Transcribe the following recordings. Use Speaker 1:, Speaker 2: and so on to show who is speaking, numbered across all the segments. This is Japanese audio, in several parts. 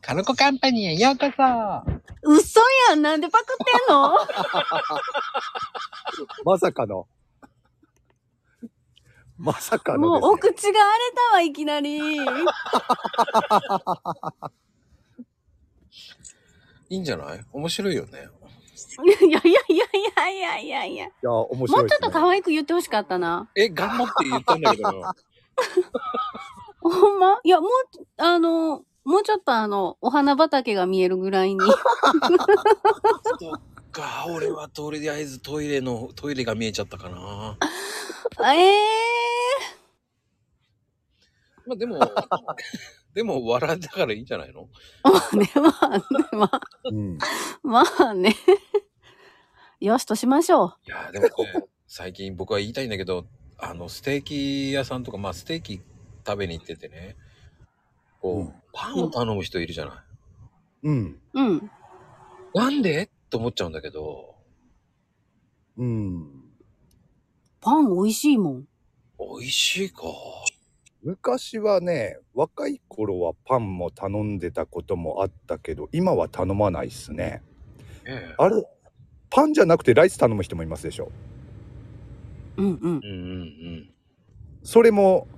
Speaker 1: カロコカンパニーへようこそ
Speaker 2: 嘘やんなんでパクってんの
Speaker 3: まさかの。まさかの
Speaker 2: も
Speaker 3: で
Speaker 2: う
Speaker 3: す
Speaker 2: お
Speaker 3: ね、
Speaker 2: 口が荒れたわ、いきなり。
Speaker 1: いいんじゃない面白いよね。
Speaker 2: いやいやいやいやいやいや
Speaker 3: いや、面
Speaker 2: も
Speaker 3: 白
Speaker 2: うち
Speaker 3: いで
Speaker 2: ょっ
Speaker 3: す、ね。
Speaker 2: と可愛く言ってほしかったな。
Speaker 1: え、頑張って言ったんだけど よ。
Speaker 2: ほんまいや、もう、あの、もうちょっとあの、お花畑が見えるぐらいに。
Speaker 1: そっか、俺はとりあえずトイレの、トイレが見えちゃったかな。
Speaker 2: ええ
Speaker 1: まあで も、でも笑ったからいいんじゃないの
Speaker 2: ー。まあね、まあね、
Speaker 3: うん。
Speaker 2: まあ、まあね。よしとしましょ
Speaker 1: いやー、でもね、最近僕は言いたいんだけど、あの、ステーキ屋さんとか、まあステーキ食べに行っててね、こう、
Speaker 3: うん
Speaker 1: パンを頼む人いるじゃない。
Speaker 3: うん。
Speaker 2: う。うん。
Speaker 1: なんでと思っちゃうんだけど、
Speaker 3: うん。
Speaker 2: パン美味しいもん。
Speaker 1: 美味しいか。
Speaker 3: 昔はね、若い頃はパンも頼んでたこともあったけど、今は頼まないっすね。
Speaker 1: ええ
Speaker 3: あれ、パンじゃなくてライス頼む人もいますでしょ。
Speaker 2: うんう
Speaker 1: う
Speaker 2: ん。
Speaker 1: んうんうん。
Speaker 3: それも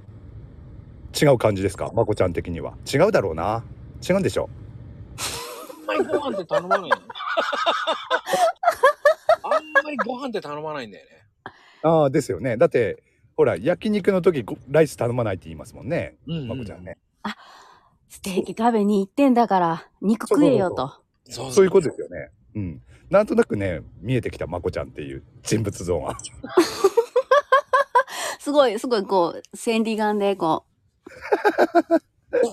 Speaker 3: 違う感じですかまこちゃん的には。違うだろうな。違うんでしょ。
Speaker 1: あんまりご飯って頼まないのあんまりご飯って頼まないんだよね。
Speaker 3: ああ、ですよね。だって、ほら、焼肉の時ごライス頼まないって言いますもんね。
Speaker 1: うん
Speaker 3: まこちゃんね。
Speaker 2: ステーキ食べに行ってんだから、肉食えよと。
Speaker 1: そうそう
Speaker 3: そういうことですよね。うん。なんとなくね、見えてきたまこちゃんっていう人物像が。
Speaker 2: すごい、すごい、こう、千里眼で、こ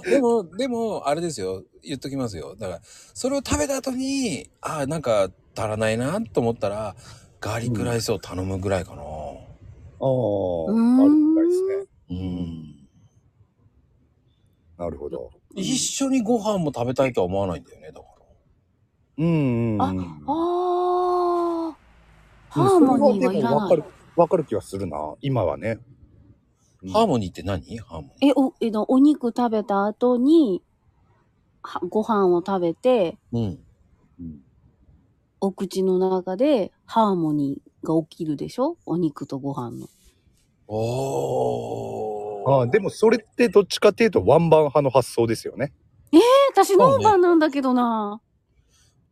Speaker 1: いやでも、でも、あれですよ。言っときますよ。だから、それを食べた後に、ああ、なんか足らないなと思ったら、ガーリックライスを頼むぐらいかな。
Speaker 3: ああ、
Speaker 2: ん
Speaker 3: あるみたいですね。
Speaker 1: うん。
Speaker 3: なるほど。
Speaker 1: 一緒にご飯も食べたいとは思わないんだよね、だか
Speaker 3: うんうんうん。
Speaker 2: あう、ああ、
Speaker 3: うん
Speaker 2: ハーモニー
Speaker 3: そ
Speaker 2: は
Speaker 3: れ
Speaker 2: い
Speaker 3: で
Speaker 2: ら
Speaker 3: もわか
Speaker 2: ない。
Speaker 3: る、わかる気はするな。今はね。うん
Speaker 1: ら。ハーモニーって何ハーモニ
Speaker 2: え、お、えの、お肉食べた後に、はご飯を食べて、
Speaker 1: ー。うん。
Speaker 3: うん
Speaker 2: お口の中でハーモニーが起きるでしょお肉とご飯の。
Speaker 1: おー。
Speaker 3: ああ、でもそれってどっちかっていうとワンバン派の発想ですよね。
Speaker 2: え、私ノーバンなんだけどな。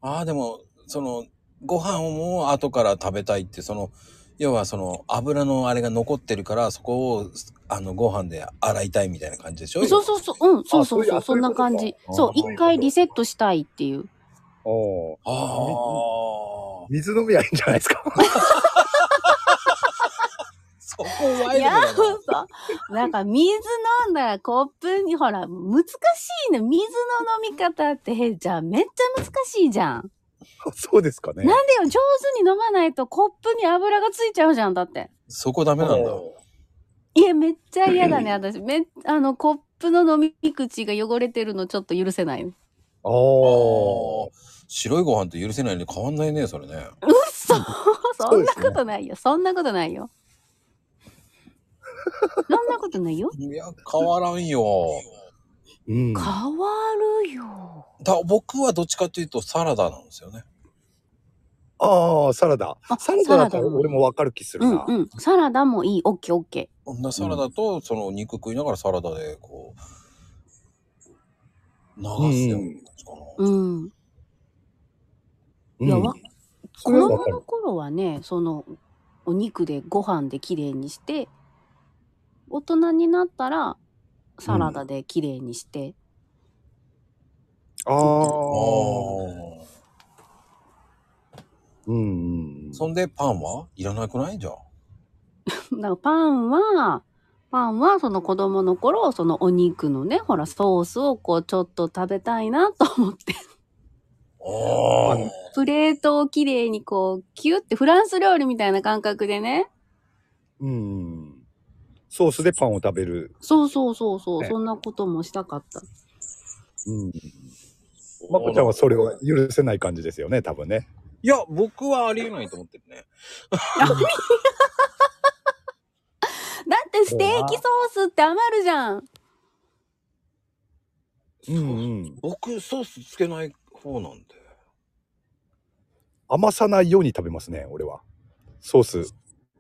Speaker 1: ああ、でも、その、ご飯をもう後から食べたいって、その、要はその、油のあれが残ってるから、そこを、あの、ご飯で洗いたいみたいな感じでしょ
Speaker 2: そうそうそう、うん、そうそう
Speaker 3: そうい
Speaker 2: そうう、そんな感じ。
Speaker 3: そ
Speaker 2: そうう、
Speaker 3: いうこ
Speaker 2: 一
Speaker 3: とか
Speaker 2: 回リセットしたいっていう。
Speaker 3: ああ。
Speaker 1: ああ。
Speaker 3: 水飲みはいいんじゃないですか。
Speaker 1: そこワイルド
Speaker 2: いや、
Speaker 1: だな。
Speaker 2: 嘘。なんか水飲んだらコップに、ほら、難しいね。水の飲み方って、へじゃあめっちゃ難しいじゃん。
Speaker 3: そうですかね。
Speaker 2: なんでよ、上手に飲まないとコップに油がついちゃうじゃん、だって。
Speaker 1: そこダメなんだ。
Speaker 2: いや、めっちゃ嫌だ ね、私。めっ、あの、コップの飲み口が汚れてるのちょっと許せない。
Speaker 3: あ
Speaker 1: あ
Speaker 3: あ
Speaker 1: ー。白いご飯と許せないね。変わんないね、それね。
Speaker 2: 嘘そ
Speaker 3: うんで
Speaker 2: な
Speaker 3: すね
Speaker 2: ことないよ。そんなことないよ。そんなことないよ。
Speaker 1: いや、変わらんよ。
Speaker 3: うん。
Speaker 2: 変わるよ。
Speaker 1: だ僕はどっちかというとサラダなんですよね。
Speaker 3: ああ、サラダ。
Speaker 2: あ
Speaker 3: サラダだ
Speaker 2: サ
Speaker 3: と
Speaker 2: ラダも
Speaker 3: 俺もわかる気する
Speaker 2: うん
Speaker 3: な。
Speaker 2: うん。サラダもいい。オッケーオッケ
Speaker 1: こんなサラダと、その肉食いながらサラダで、こう、流すような感じかな。
Speaker 2: ー。うん。
Speaker 3: う
Speaker 2: いや
Speaker 3: ん
Speaker 2: わ
Speaker 3: そ
Speaker 2: 子
Speaker 3: れはわ
Speaker 2: 供
Speaker 3: かる
Speaker 2: の。頃はね、その、お肉でご飯で綺麗にして、大人になったら、サラダで綺麗にして、
Speaker 3: ああ。
Speaker 1: ああ。
Speaker 3: うんうん。
Speaker 1: そんでパンはいらなくないじゃん。
Speaker 2: だからパンは、パンはその子供の頃、そのお肉のね、ほら、ソースをこうちょっと食べたいなと思って、
Speaker 1: ああ。
Speaker 2: プレートをきれいにこう、キュってフランス料理みたいな感覚でね。
Speaker 3: うんうん。ソースでパンを食べる。
Speaker 2: そうそうそうそう、
Speaker 3: ね
Speaker 2: そんなこともしたかった。
Speaker 3: うん。まこちゃんはそれを許せない感じですよね、多分ね。
Speaker 1: いや、僕はありえないと思ってるね。
Speaker 2: だってステーキソースって余るじゃん。
Speaker 3: うんうん。
Speaker 1: 僕、ソースつけない方なんで。
Speaker 3: 余さないように食べますね、俺は。ソース。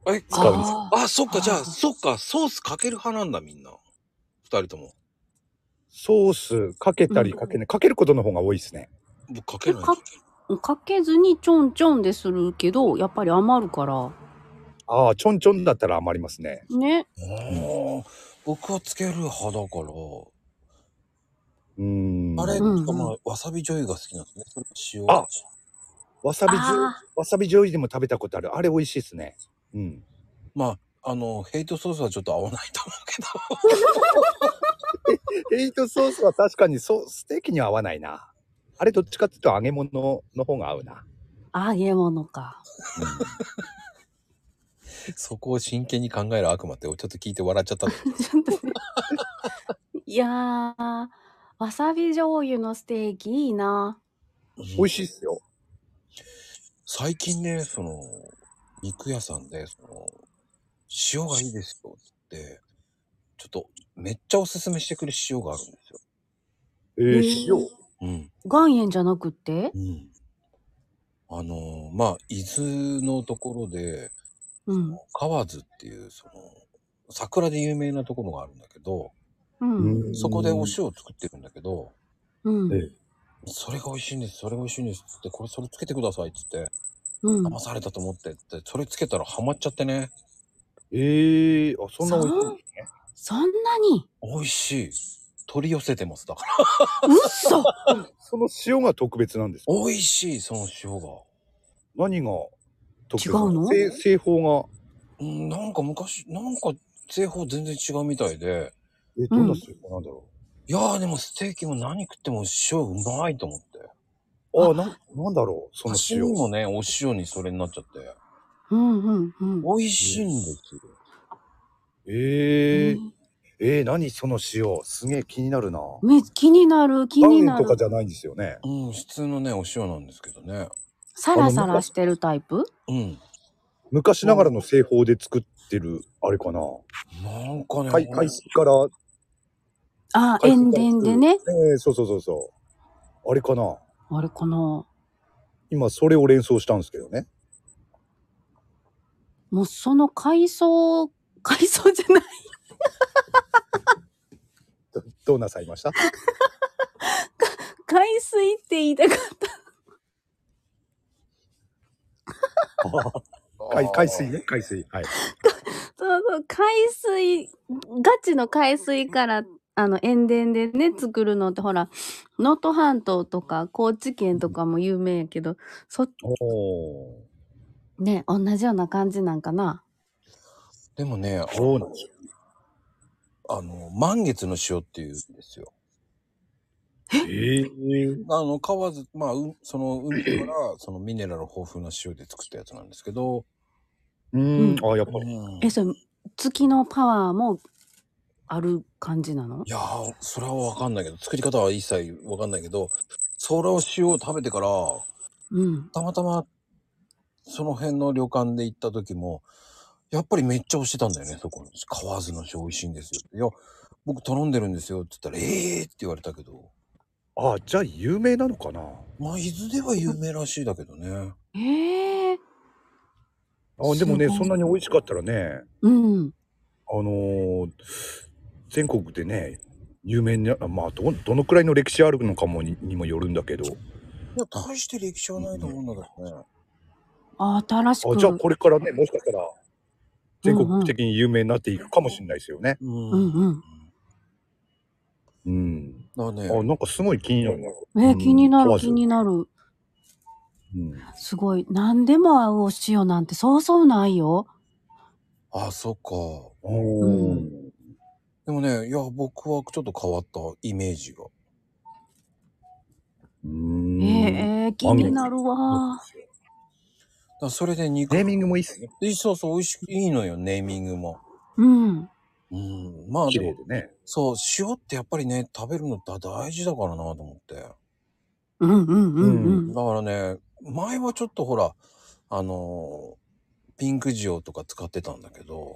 Speaker 1: え、
Speaker 3: 使うんです
Speaker 2: あー
Speaker 1: あ、そっか、じゃ
Speaker 2: あ
Speaker 1: あ、
Speaker 2: ー
Speaker 1: そっか、ソースかける派なんだ、みんな。二人とも。
Speaker 3: ソースかけたり
Speaker 2: うん
Speaker 3: かけない。かけることの方が多いですね。
Speaker 1: 僕、かけないん
Speaker 2: えか
Speaker 1: ですよ。
Speaker 2: かけずにちょんちょんでするけど、やっぱり余るから。
Speaker 3: ああ、ちょんちょんだったら余りますね。
Speaker 2: ね。
Speaker 1: あー僕はつける派だから。
Speaker 3: うーん。
Speaker 1: あれ、
Speaker 2: うんうん
Speaker 1: まあ、わさび醤油が好きなんですね。それ塩。
Speaker 3: あわさび醤
Speaker 2: あ
Speaker 3: わさび醤油でも食べたことある。あれ美味しいですね。うん。
Speaker 1: まあ、あの、ヘイトソースはちょっと合わないと思 うけど。
Speaker 3: ヘイトソースは確かにそうステーキには合わないな。あれどっちかっていうと揚げ物の方が合うな。
Speaker 2: 揚げ物か。
Speaker 1: そこを真剣に考える悪魔って、ちょっと聞いて笑っちゃったんだけど。
Speaker 2: ちょっとね。いやー、わさび醤油のステーキいいな。
Speaker 3: 美味しいっすよ。
Speaker 1: 最近ね、その、肉屋さんで、その、塩がいいですよって、ちょっと、めっちゃおすすめしてくる塩があるんですよ。
Speaker 3: えー、
Speaker 2: ー
Speaker 3: 塩。
Speaker 1: うん。
Speaker 2: 岩塩じゃなくって
Speaker 1: うん。あの、まあ、伊豆のところで、
Speaker 2: うん。
Speaker 1: 河津っていう、その、桜で有名なところがあるんだけど、
Speaker 2: うん。
Speaker 1: そこでお塩を作ってるんだけど、
Speaker 2: うん。
Speaker 3: え
Speaker 1: それが美味しいんです、それが美味しいんですっつって、これそれつけてくださいっつって、
Speaker 2: うん。
Speaker 1: 騙されたと思ってって、それつけたらハマっちゃってね、
Speaker 3: ええー、あ、そんな美味しいんですね。
Speaker 2: そんなに
Speaker 1: 美味しい。取り寄せてます、だから。
Speaker 2: 嘘
Speaker 3: その塩が特別なんですか
Speaker 1: 美味しい、その塩が。
Speaker 3: 何が特別
Speaker 2: 違うの
Speaker 3: 製製法
Speaker 1: うん、なんか昔、なんか製法全然違うみたいで。
Speaker 3: が、え、どんな製法なんだろ
Speaker 1: いやーでもステーキも何食っても塩うまいと思って。
Speaker 3: う、あ、なん、なんだろうその
Speaker 1: 刺身
Speaker 3: 塩。
Speaker 1: もね、お塩にそれになっちゃって。
Speaker 2: うんうんうん。
Speaker 1: 美味しいんですよ。
Speaker 3: ええー、えー、何その塩。すげえ気になるな。
Speaker 2: め気になる気にな
Speaker 3: 岩塩とか
Speaker 2: る
Speaker 3: じゃないんですよね。
Speaker 1: うん、普通のね、お塩なんですけどね。
Speaker 2: サラサラしてるタイプ
Speaker 1: うん。
Speaker 3: 昔ながらの製法で作ってる、あれかな。
Speaker 1: なんかね、
Speaker 3: 海海水から、
Speaker 2: あ
Speaker 3: 海
Speaker 2: 塩
Speaker 3: 水
Speaker 2: 田
Speaker 3: から
Speaker 2: でね
Speaker 3: えーそうそうそうそう。あれかな。
Speaker 2: あれかな
Speaker 3: 今、それを連想したんですけどね。
Speaker 2: もうその海藻海藻じゃない
Speaker 3: どどうなさいました
Speaker 2: 海水って言いたかっ
Speaker 3: 海海水ね、海水。はい。
Speaker 2: たそうそう海水ガチの海水からあの塩田でね作るのってほら能登半島とか高知県とかも有名やけどそ
Speaker 3: おー。
Speaker 2: ね同じような感じなんかな
Speaker 1: でもね、
Speaker 3: そうなんですよ。
Speaker 1: あの、満月の塩っていうんですよ。
Speaker 3: ええ
Speaker 1: あの、川津、まあ、うその海から、そのミネラル豊富な塩で作ったやつなんですけど。
Speaker 3: う
Speaker 2: うん
Speaker 3: ん、あ、やっぱり。
Speaker 1: うん
Speaker 2: えそれ月のパワーもある感じなの
Speaker 1: いやー、それはわかんないけど、作り方は一切わかんないけど、それを塩を食べてから、
Speaker 2: うん
Speaker 1: たまたま、その辺の旅館で行った時も、やっぱりめっちゃ押してたんだよね、そこに。河津の塩美味しいんですよ。いや、僕頼んでるんですよって言ったら、ええー、って言われたけど、
Speaker 3: あ、じゃあ有名なのかな
Speaker 1: まあ、伊豆では有名らしいだけどね。
Speaker 2: ええ
Speaker 3: あ、でもね、
Speaker 2: すごい
Speaker 3: そんなに美味しかったらね、
Speaker 2: うん
Speaker 3: あのー全国でね、有名な、まあ、ど、どのくらいの歴史あるのかもににもよるんだけど、
Speaker 1: いや、大して歴史はないと思うんだけどね。
Speaker 2: 新しく
Speaker 3: あじゃあこれからね、もしかしたら、全国的に有名になっていくかもしれないですよね。
Speaker 1: うん
Speaker 2: うんうん
Speaker 3: うん。
Speaker 1: だからね、
Speaker 3: あ、なんかすごい気になるな。
Speaker 2: え
Speaker 3: う
Speaker 2: ー、
Speaker 3: ん
Speaker 2: 気にな
Speaker 3: 問
Speaker 2: る
Speaker 3: わず
Speaker 2: 気になる
Speaker 3: うん。
Speaker 2: すごい何でも合うお塩なんてそうそうないよ
Speaker 1: あ、そっか。
Speaker 3: お
Speaker 2: う
Speaker 3: ー
Speaker 1: でもね、いや、僕はちょっと変わったイメージが。
Speaker 3: う
Speaker 2: え
Speaker 3: ん。
Speaker 2: ーえー気になる
Speaker 1: だ
Speaker 2: わ
Speaker 1: からそれで肉
Speaker 3: ネーミングもいいっすね。
Speaker 1: いいそうそう、美味しく、いいのよ、ネーミングも。
Speaker 2: うん
Speaker 1: うん。まあ
Speaker 3: 綺
Speaker 1: で
Speaker 3: 麗
Speaker 1: も、
Speaker 3: でね。
Speaker 1: そう、塩ってやっぱりね、食べるのだ大事だからなと思って。だか
Speaker 2: うんうんうん
Speaker 3: う
Speaker 2: うん
Speaker 1: らね、前はちょっとほら、あのーピンク塩とか使ってたんだけど、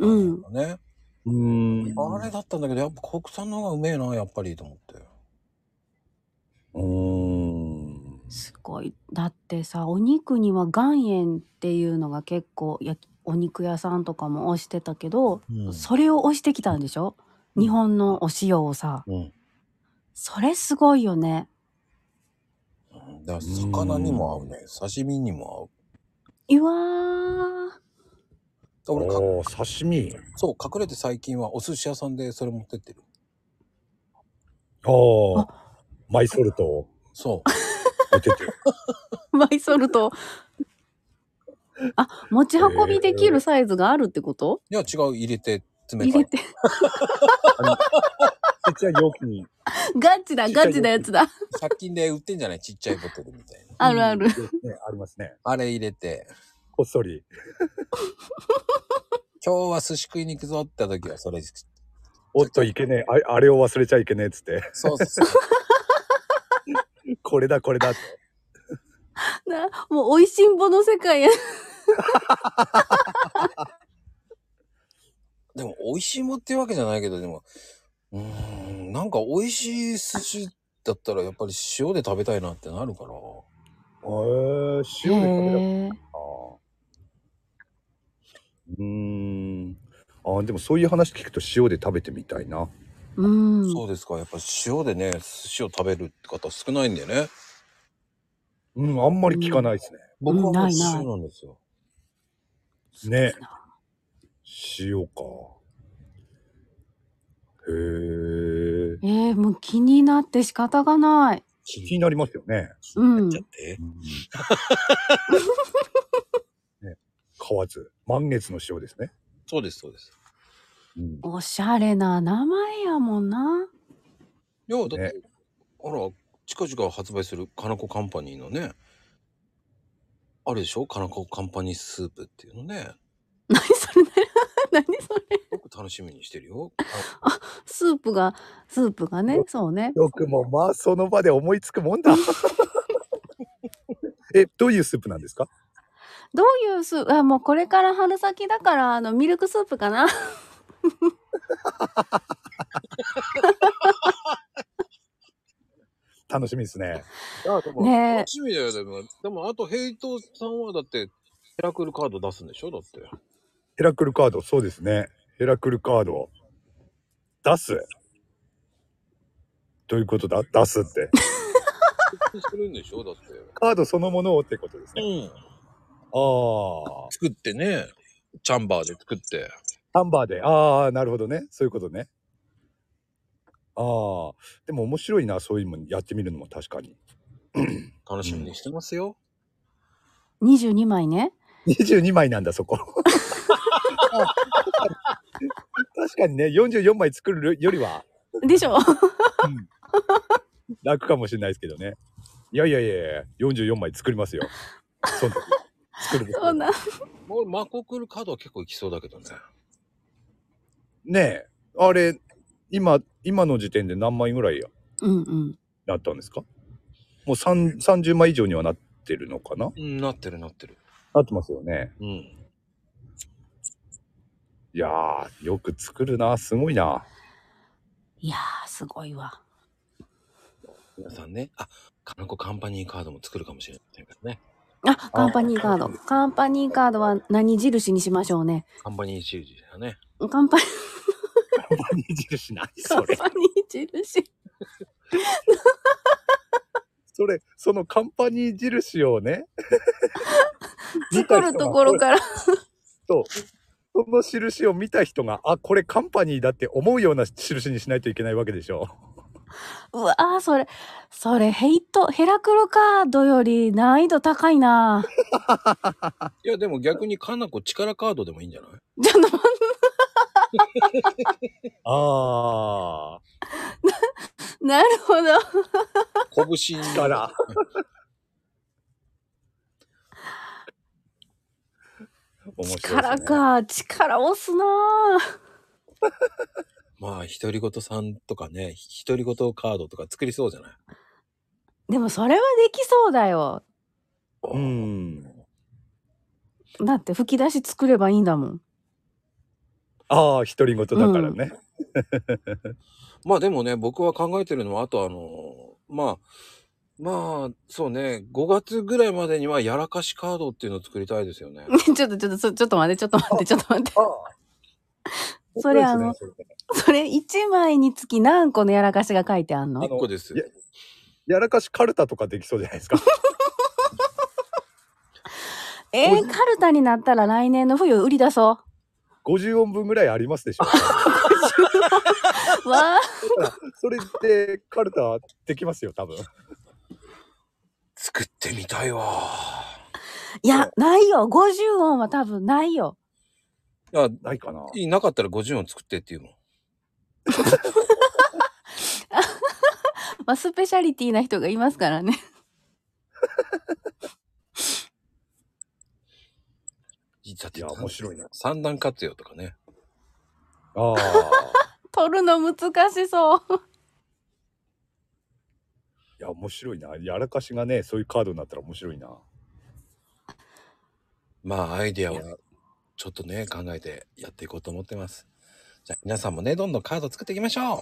Speaker 2: うん
Speaker 1: あのね、
Speaker 3: うん
Speaker 1: あれだったんだけど、やっぱ国産の方がうめえな、やっぱりと思って。
Speaker 2: すごい。だってさ、お肉には岩塩っていうのが結構や、お肉屋さんとかも推してたけど、
Speaker 1: うん
Speaker 2: それを推してきたんでしょ
Speaker 1: うん
Speaker 2: 日本のお塩をさ。
Speaker 1: うん
Speaker 2: それすごいよね。
Speaker 1: だから魚にも合うね刺身にも
Speaker 2: いわー。
Speaker 1: 合うだから俺か
Speaker 3: おー刺身
Speaker 1: そう隠れて最近はお寿司屋さんでそれ持ってってる
Speaker 3: おーマイソルトを
Speaker 1: そう
Speaker 3: 持ってて
Speaker 2: マイソルト。あ、持ち運びできるサイズがあるってこと、
Speaker 1: いや違う入れて詰め替
Speaker 2: 入
Speaker 1: え
Speaker 2: れて。
Speaker 3: ちっちゃい容器に
Speaker 2: ガチだ、ガチなやつだ。
Speaker 1: 100均で売ってんじゃないちっちゃいボトルみたいな。
Speaker 2: あるある。
Speaker 3: うんねありますね
Speaker 1: あれ入れて、
Speaker 3: こっそり
Speaker 1: 今日は寿司食いに行くぞって時はそれ、
Speaker 3: おっといけねえああれを忘れちゃいけねえっつって
Speaker 1: そうそう。
Speaker 3: これだこれだって
Speaker 2: なもう、美味しんぼの世界や。
Speaker 1: でも美味しいもんっていうわけじゃないけど、でも、うーん、なんか美味しい寿司だったらやっぱり塩で食べたいなってなるから。
Speaker 3: へー塩で食べたあーうーんあーでもそういう話聞くと塩で食べてみたいな
Speaker 2: うん。
Speaker 1: そうですか。やっぱ塩でね、寿司を食べるって方少ないんだよね。
Speaker 3: うんあんまり聞かないですね、
Speaker 1: 僕はもう
Speaker 2: ないない
Speaker 1: 塩なんですよ。
Speaker 3: ね塩かへえ
Speaker 2: えー、もう気になって仕方がない。
Speaker 1: 気
Speaker 3: 気になりますよね
Speaker 2: うん
Speaker 1: ちゃって。
Speaker 3: 買わず満月の塩ですね、
Speaker 1: そうです、そうです。
Speaker 3: うん、
Speaker 2: おしゃれな名前やもんな。
Speaker 1: いや、だって、
Speaker 3: ね
Speaker 1: あら、近々発売する金子カンパニーのね、あれでしょ金子カンパニースープっていうのね、
Speaker 2: 何それ、 何それ。
Speaker 1: 僕楽しみにしてるよ。
Speaker 2: スープが、スープがね、そうね。
Speaker 3: よくもまあその場で思いつくもんだ えどういうスープなんですか
Speaker 2: どういうスープ、あ、もうこれから春先だから、あの、ミルクスープかな。
Speaker 3: 楽しみですね
Speaker 1: あでも
Speaker 2: ねえ
Speaker 1: 楽しみだよ、でも。でも、あと、ヘイトさんはだって、ヘラクルカード出すんでしょだって。
Speaker 3: ヘラクルカードそうですねヘラクルカードを出すどういうことだ出すって
Speaker 1: するんでしょだって。
Speaker 3: カードそのものをってことですね
Speaker 1: うん。
Speaker 3: ああ
Speaker 1: 作ってね、チャンバーで作って。
Speaker 3: タンバーでああなるほどねそういうことねああでも面白いなそういうのやってみるのも確かに
Speaker 1: 楽しみにしてますよ。
Speaker 2: 22枚ね。
Speaker 3: 22枚なんだそこ確かにね44枚作るよりは
Speaker 2: でしょ
Speaker 3: 楽かもしれないですけどねいやいやいやいや44枚作りますよその時作る
Speaker 2: そうなん。
Speaker 1: もう、マコクルカードは結構いきそうだけどね。
Speaker 3: ねえあれ今今の時点で何枚ぐらい
Speaker 2: うんうん。
Speaker 3: なったんですかもう3 30枚以上にはなってるのかな
Speaker 1: うん、なってるなってる。
Speaker 3: なってますよね
Speaker 1: うん。
Speaker 3: いやーよく作るなすごい ない
Speaker 2: やー、すごいわ。
Speaker 1: 皆さんね、あ、金子カンパニーカードも作るかもしれないですね。
Speaker 2: あ、カンパニーカード。カンパニーカードは何印にしましょうね。
Speaker 1: カンパニーシージだね。
Speaker 2: カンパニ
Speaker 3: 何印ない
Speaker 2: ー、カン
Speaker 3: そ
Speaker 2: パ
Speaker 3: れ
Speaker 2: ニー印。
Speaker 3: それそのカンパニー印をね
Speaker 2: 作るところから。
Speaker 3: その印を見た人があこれカンパニーだって思うような印にしないといけないわけでしょ
Speaker 2: うわー、それ、それ、ヘイト、ヘラクロカードより難易度高いな。
Speaker 1: いや、でも逆にかなこ力カードでもいいんじゃない
Speaker 2: ちょっと待って、
Speaker 3: あ
Speaker 2: なるほど。
Speaker 1: 拳
Speaker 3: あから面白いです
Speaker 2: 力
Speaker 3: ね
Speaker 2: か、力押すな
Speaker 1: まあ、独り言さんとかね、独り言カードとか作りそうじゃない
Speaker 2: でもそれはできそうだよ。
Speaker 3: うん
Speaker 2: だって吹き出し作ればいいんだもん。
Speaker 3: ああ独り言だからね、
Speaker 1: まあでもね、僕は考えてるのは、あとあの、まあ、まあ、そうね。5月ぐらいまでにはやらかしカードっていうのを作りたいですよね。
Speaker 2: ちょっと、ちょっと、そちょっと待って、ちょっと待って、ちょっと待って。
Speaker 3: ああ
Speaker 2: それあの
Speaker 3: それね
Speaker 2: それ、1枚につき何個のやらかしが書いてあんの
Speaker 1: 1個です
Speaker 3: い。ややらかしカルタとかできそうじゃないですか。
Speaker 2: えー、カルタになったら来年の冬売り出そ
Speaker 3: 50音分ぐらいありま すでしょ。
Speaker 2: う。わあ、
Speaker 3: それでカルタできますよ、多分。
Speaker 1: 作ってみたいわ。
Speaker 2: い や、ないよ。50音は多分ないよ。
Speaker 1: いや、
Speaker 3: ないかな。
Speaker 1: いなかったら50音作ってっていうもん。
Speaker 2: まあ、スペシャリティな人がいますからね。
Speaker 1: だっ
Speaker 3: いや、面白いな。
Speaker 1: 三段活用とかね。
Speaker 3: ああ。
Speaker 2: 取るの難しそう。
Speaker 3: いや、面白いな。やらかしがね、そういうカードになったら面白いな。
Speaker 1: まあ、アイディアはちょっとね、考えてやっていこうと思ってます。じゃあ、皆さんもね、どんどんカード作っていきましょう。